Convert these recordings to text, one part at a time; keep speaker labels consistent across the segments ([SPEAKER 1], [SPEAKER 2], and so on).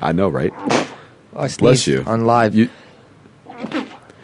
[SPEAKER 1] I know, right?
[SPEAKER 2] I
[SPEAKER 1] Bless
[SPEAKER 2] sneezed
[SPEAKER 1] you.
[SPEAKER 2] On live.
[SPEAKER 1] You,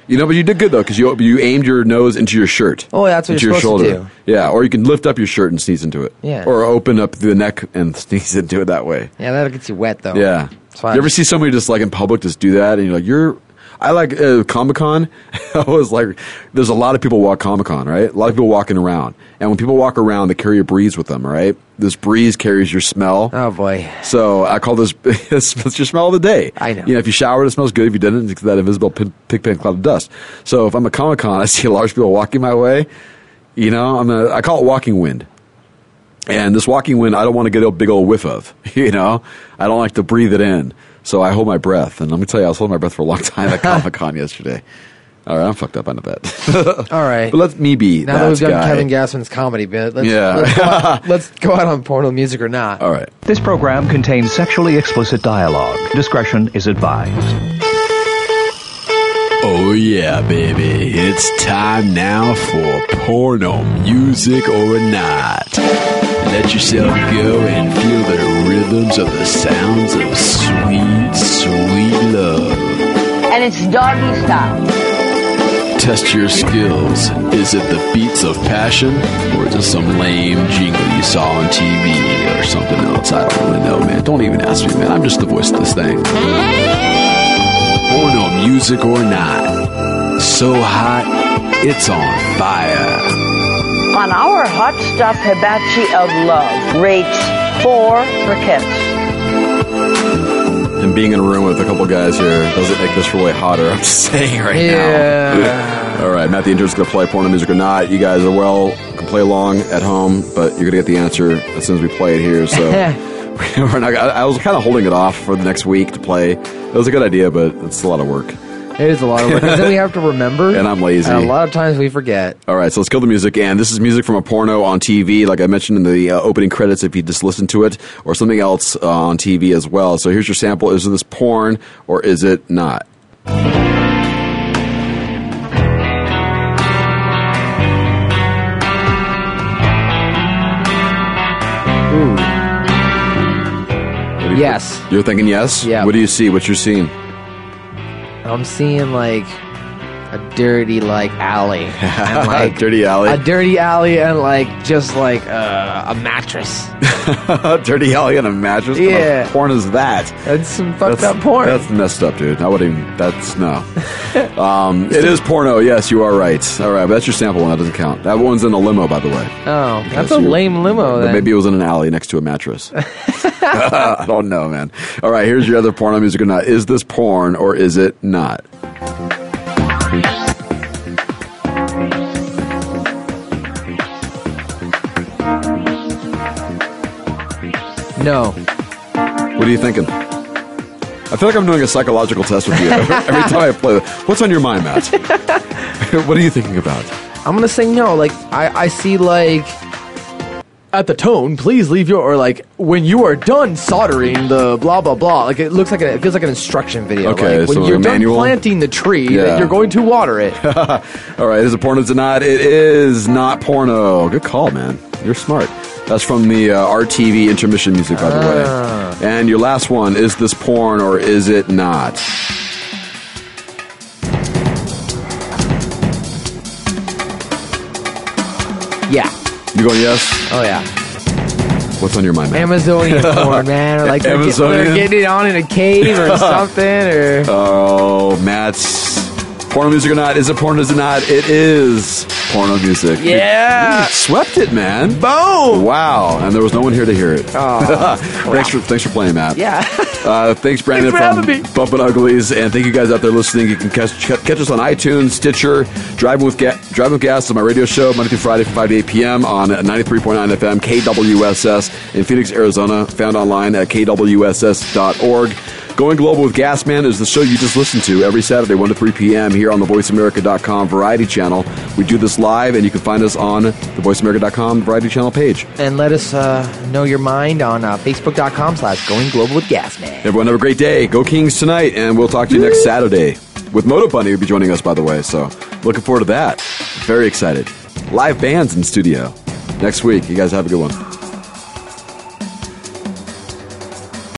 [SPEAKER 1] you know, but you did good though because you you aimed your nose into your shirt.
[SPEAKER 2] Oh, that's what
[SPEAKER 1] into
[SPEAKER 2] you're
[SPEAKER 1] your
[SPEAKER 2] supposed to
[SPEAKER 1] shoulder. Yeah, or you can lift up your shirt and sneeze into it.
[SPEAKER 2] Yeah.
[SPEAKER 1] Or open up the neck and sneeze into it that way.
[SPEAKER 2] yeah, that'll get you wet though.
[SPEAKER 1] Yeah.
[SPEAKER 2] It's
[SPEAKER 1] You
[SPEAKER 2] fine.
[SPEAKER 1] ever see somebody just like in public just do that and you're like, you're. I like uh, Comic Con. I was like, there's a lot of people walk Comic Con, right? A lot of people walking around. And when people walk around, they carry a breeze with them, right? This breeze carries your smell.
[SPEAKER 2] Oh boy.
[SPEAKER 1] So I call this it's your smell of the day.
[SPEAKER 2] I know.
[SPEAKER 1] You know, if you showered, it smells good. If you didn't, it's that invisible pin, pig pen cloud of dust. So if I'm at Comic Con, I see a large people walking my way. You know, I'm a, I call it walking wind. And this walking wind, I don't want to get a big old whiff of. You know, I don't like to breathe it in. So I hold my breath. And let me tell you, I was holding my breath for a long time at Comic Con yesterday. All right, I'm fucked up on the bet.
[SPEAKER 2] All right.
[SPEAKER 1] but let me be
[SPEAKER 2] now that
[SPEAKER 1] that
[SPEAKER 2] we've done
[SPEAKER 1] guy.
[SPEAKER 2] Kevin Gassman's comedy bit, let's,
[SPEAKER 1] Yeah.
[SPEAKER 2] let's, go out, let's go out on porno music or not.
[SPEAKER 1] All right.
[SPEAKER 3] This program contains sexually explicit dialogue. Discretion is advised.
[SPEAKER 1] Oh yeah, baby. It's time now for porno music or not. Let yourself go and feel the rhythms of the sounds of sweet, sweet love.
[SPEAKER 4] and it's doggy style.
[SPEAKER 1] Test your skills. Is it the beats of passion? Or is it some lame jingle you saw on TV or something else? I don't really know, man. Don't even ask me, man. I'm just the voice of this thing. Porno music or not. So hot, it's on fire.
[SPEAKER 4] On our hot stuff hibachi of love rates four for kids.
[SPEAKER 1] And being in a room with a couple guys here doesn't make this really hotter. I'm just saying right
[SPEAKER 2] Yeah.
[SPEAKER 1] now. All right, Matt the intern's going to play porno music or not. You guys are well, can play along at home, but you're going to get the answer as soon as we play it here. So we're not, I, I was kind of holding it off for the next week to play. It was a good idea, but it's a lot of work.
[SPEAKER 2] It is a lot of work. 'cause then we have to remember.
[SPEAKER 1] And I'm lazy.
[SPEAKER 2] And a lot of times we forget.
[SPEAKER 1] All right, so let's kill the music. And this is music from a porno on TV, like I mentioned in the uh, opening credits, if you just listen to it, or something else uh, on TV as well. So here's your sample. Is this porn or is it not? What do you-
[SPEAKER 2] Yes.
[SPEAKER 1] You're thinking yes?
[SPEAKER 2] Yeah.
[SPEAKER 1] What do you see? What you're seeing?
[SPEAKER 2] I'm seeing like a dirty like alley. And, like,
[SPEAKER 1] Dirty alley.
[SPEAKER 2] Uh, A dirty alley and like just like uh, a mattress.
[SPEAKER 1] Dirty alley on a mattress? What kind of
[SPEAKER 2] Yeah.
[SPEAKER 1] porn is that?
[SPEAKER 2] That's some fucked up porn.
[SPEAKER 1] That's messed up, dude. I wouldn't even. That's no. um, it is porno. Yes, you are right. All right, but that's your sample one. That doesn't count. That one's in a limo, by the way.
[SPEAKER 2] oh, that's
[SPEAKER 1] So
[SPEAKER 2] a
[SPEAKER 1] you-
[SPEAKER 2] lame
[SPEAKER 1] But
[SPEAKER 2] limo. Then.
[SPEAKER 1] Maybe it was in an alley next to a mattress. I don't know, man. All right, here's your other porno music or not. Is this porn or is it not?
[SPEAKER 2] no.
[SPEAKER 1] What are you thinking? I feel like I'm doing a psychological test with you every, every time I play. What's on your mind, Matt? what are you thinking about?
[SPEAKER 2] I'm gonna say no. Like I, I see like at the tone, please leave your or like when you are done soldering the blah blah blah. Like it looks like a, it feels like an instruction video.
[SPEAKER 1] Okay,
[SPEAKER 2] like, when
[SPEAKER 1] so
[SPEAKER 2] you're
[SPEAKER 1] a
[SPEAKER 2] done
[SPEAKER 1] manual?
[SPEAKER 2] planting the tree, that
[SPEAKER 1] Yeah.
[SPEAKER 2] you're going to water it.
[SPEAKER 1] All right, is it porno? Is it not? It is not porno. Good call, man. You're smart. That's from the uh, RTV intermission music, by the
[SPEAKER 2] Ah.
[SPEAKER 1] way. And your last one is this porn or is it not?
[SPEAKER 2] yeah.
[SPEAKER 1] You going yes?
[SPEAKER 2] Oh yeah.
[SPEAKER 1] What's on your mind, man?
[SPEAKER 2] Amazonian porn, man. Or like they're, get-
[SPEAKER 1] Amazonian?
[SPEAKER 2] they're getting it on in a cave or something. Or
[SPEAKER 1] oh, Matt's porno music or not? Is it porn? Is it not? It is porno music.
[SPEAKER 2] yeah.
[SPEAKER 1] swept it, man.
[SPEAKER 2] Boom.
[SPEAKER 1] Wow, and there was no one here to hear it. thanks for thanks for playing, Matt.
[SPEAKER 2] Yeah.
[SPEAKER 1] Uh, thanks, Brandon,
[SPEAKER 2] Thanks for
[SPEAKER 1] from
[SPEAKER 2] having me.
[SPEAKER 1] Bumpin' Uglies, and thank you guys out there listening. You can catch, catch us on iTunes, Stitcher, Driving with Ga- Driving with Gas on my radio show Monday through Friday from 5 to 8 p.m. on 93.9 FM KWSS in Phoenix, Arizona. Found online at kwss.org. Going Global with Gasman is the show you just listened to every Saturday, 1 to 3 p.m. here on the VoiceAmerica.com Variety Channel. We do this live, and you can find us on the VoiceAmerica.com Variety Channel page.
[SPEAKER 2] and let us uh, know your mind on uh, facebook.com slash going global with gasman
[SPEAKER 1] Everyone have a great day. Go Kings tonight, and we'll talk to you next Saturday with Moto Bunny. Will be joining us, by the way. So looking forward to that. Very excited. Live bands in studio next week. You guys have a good one.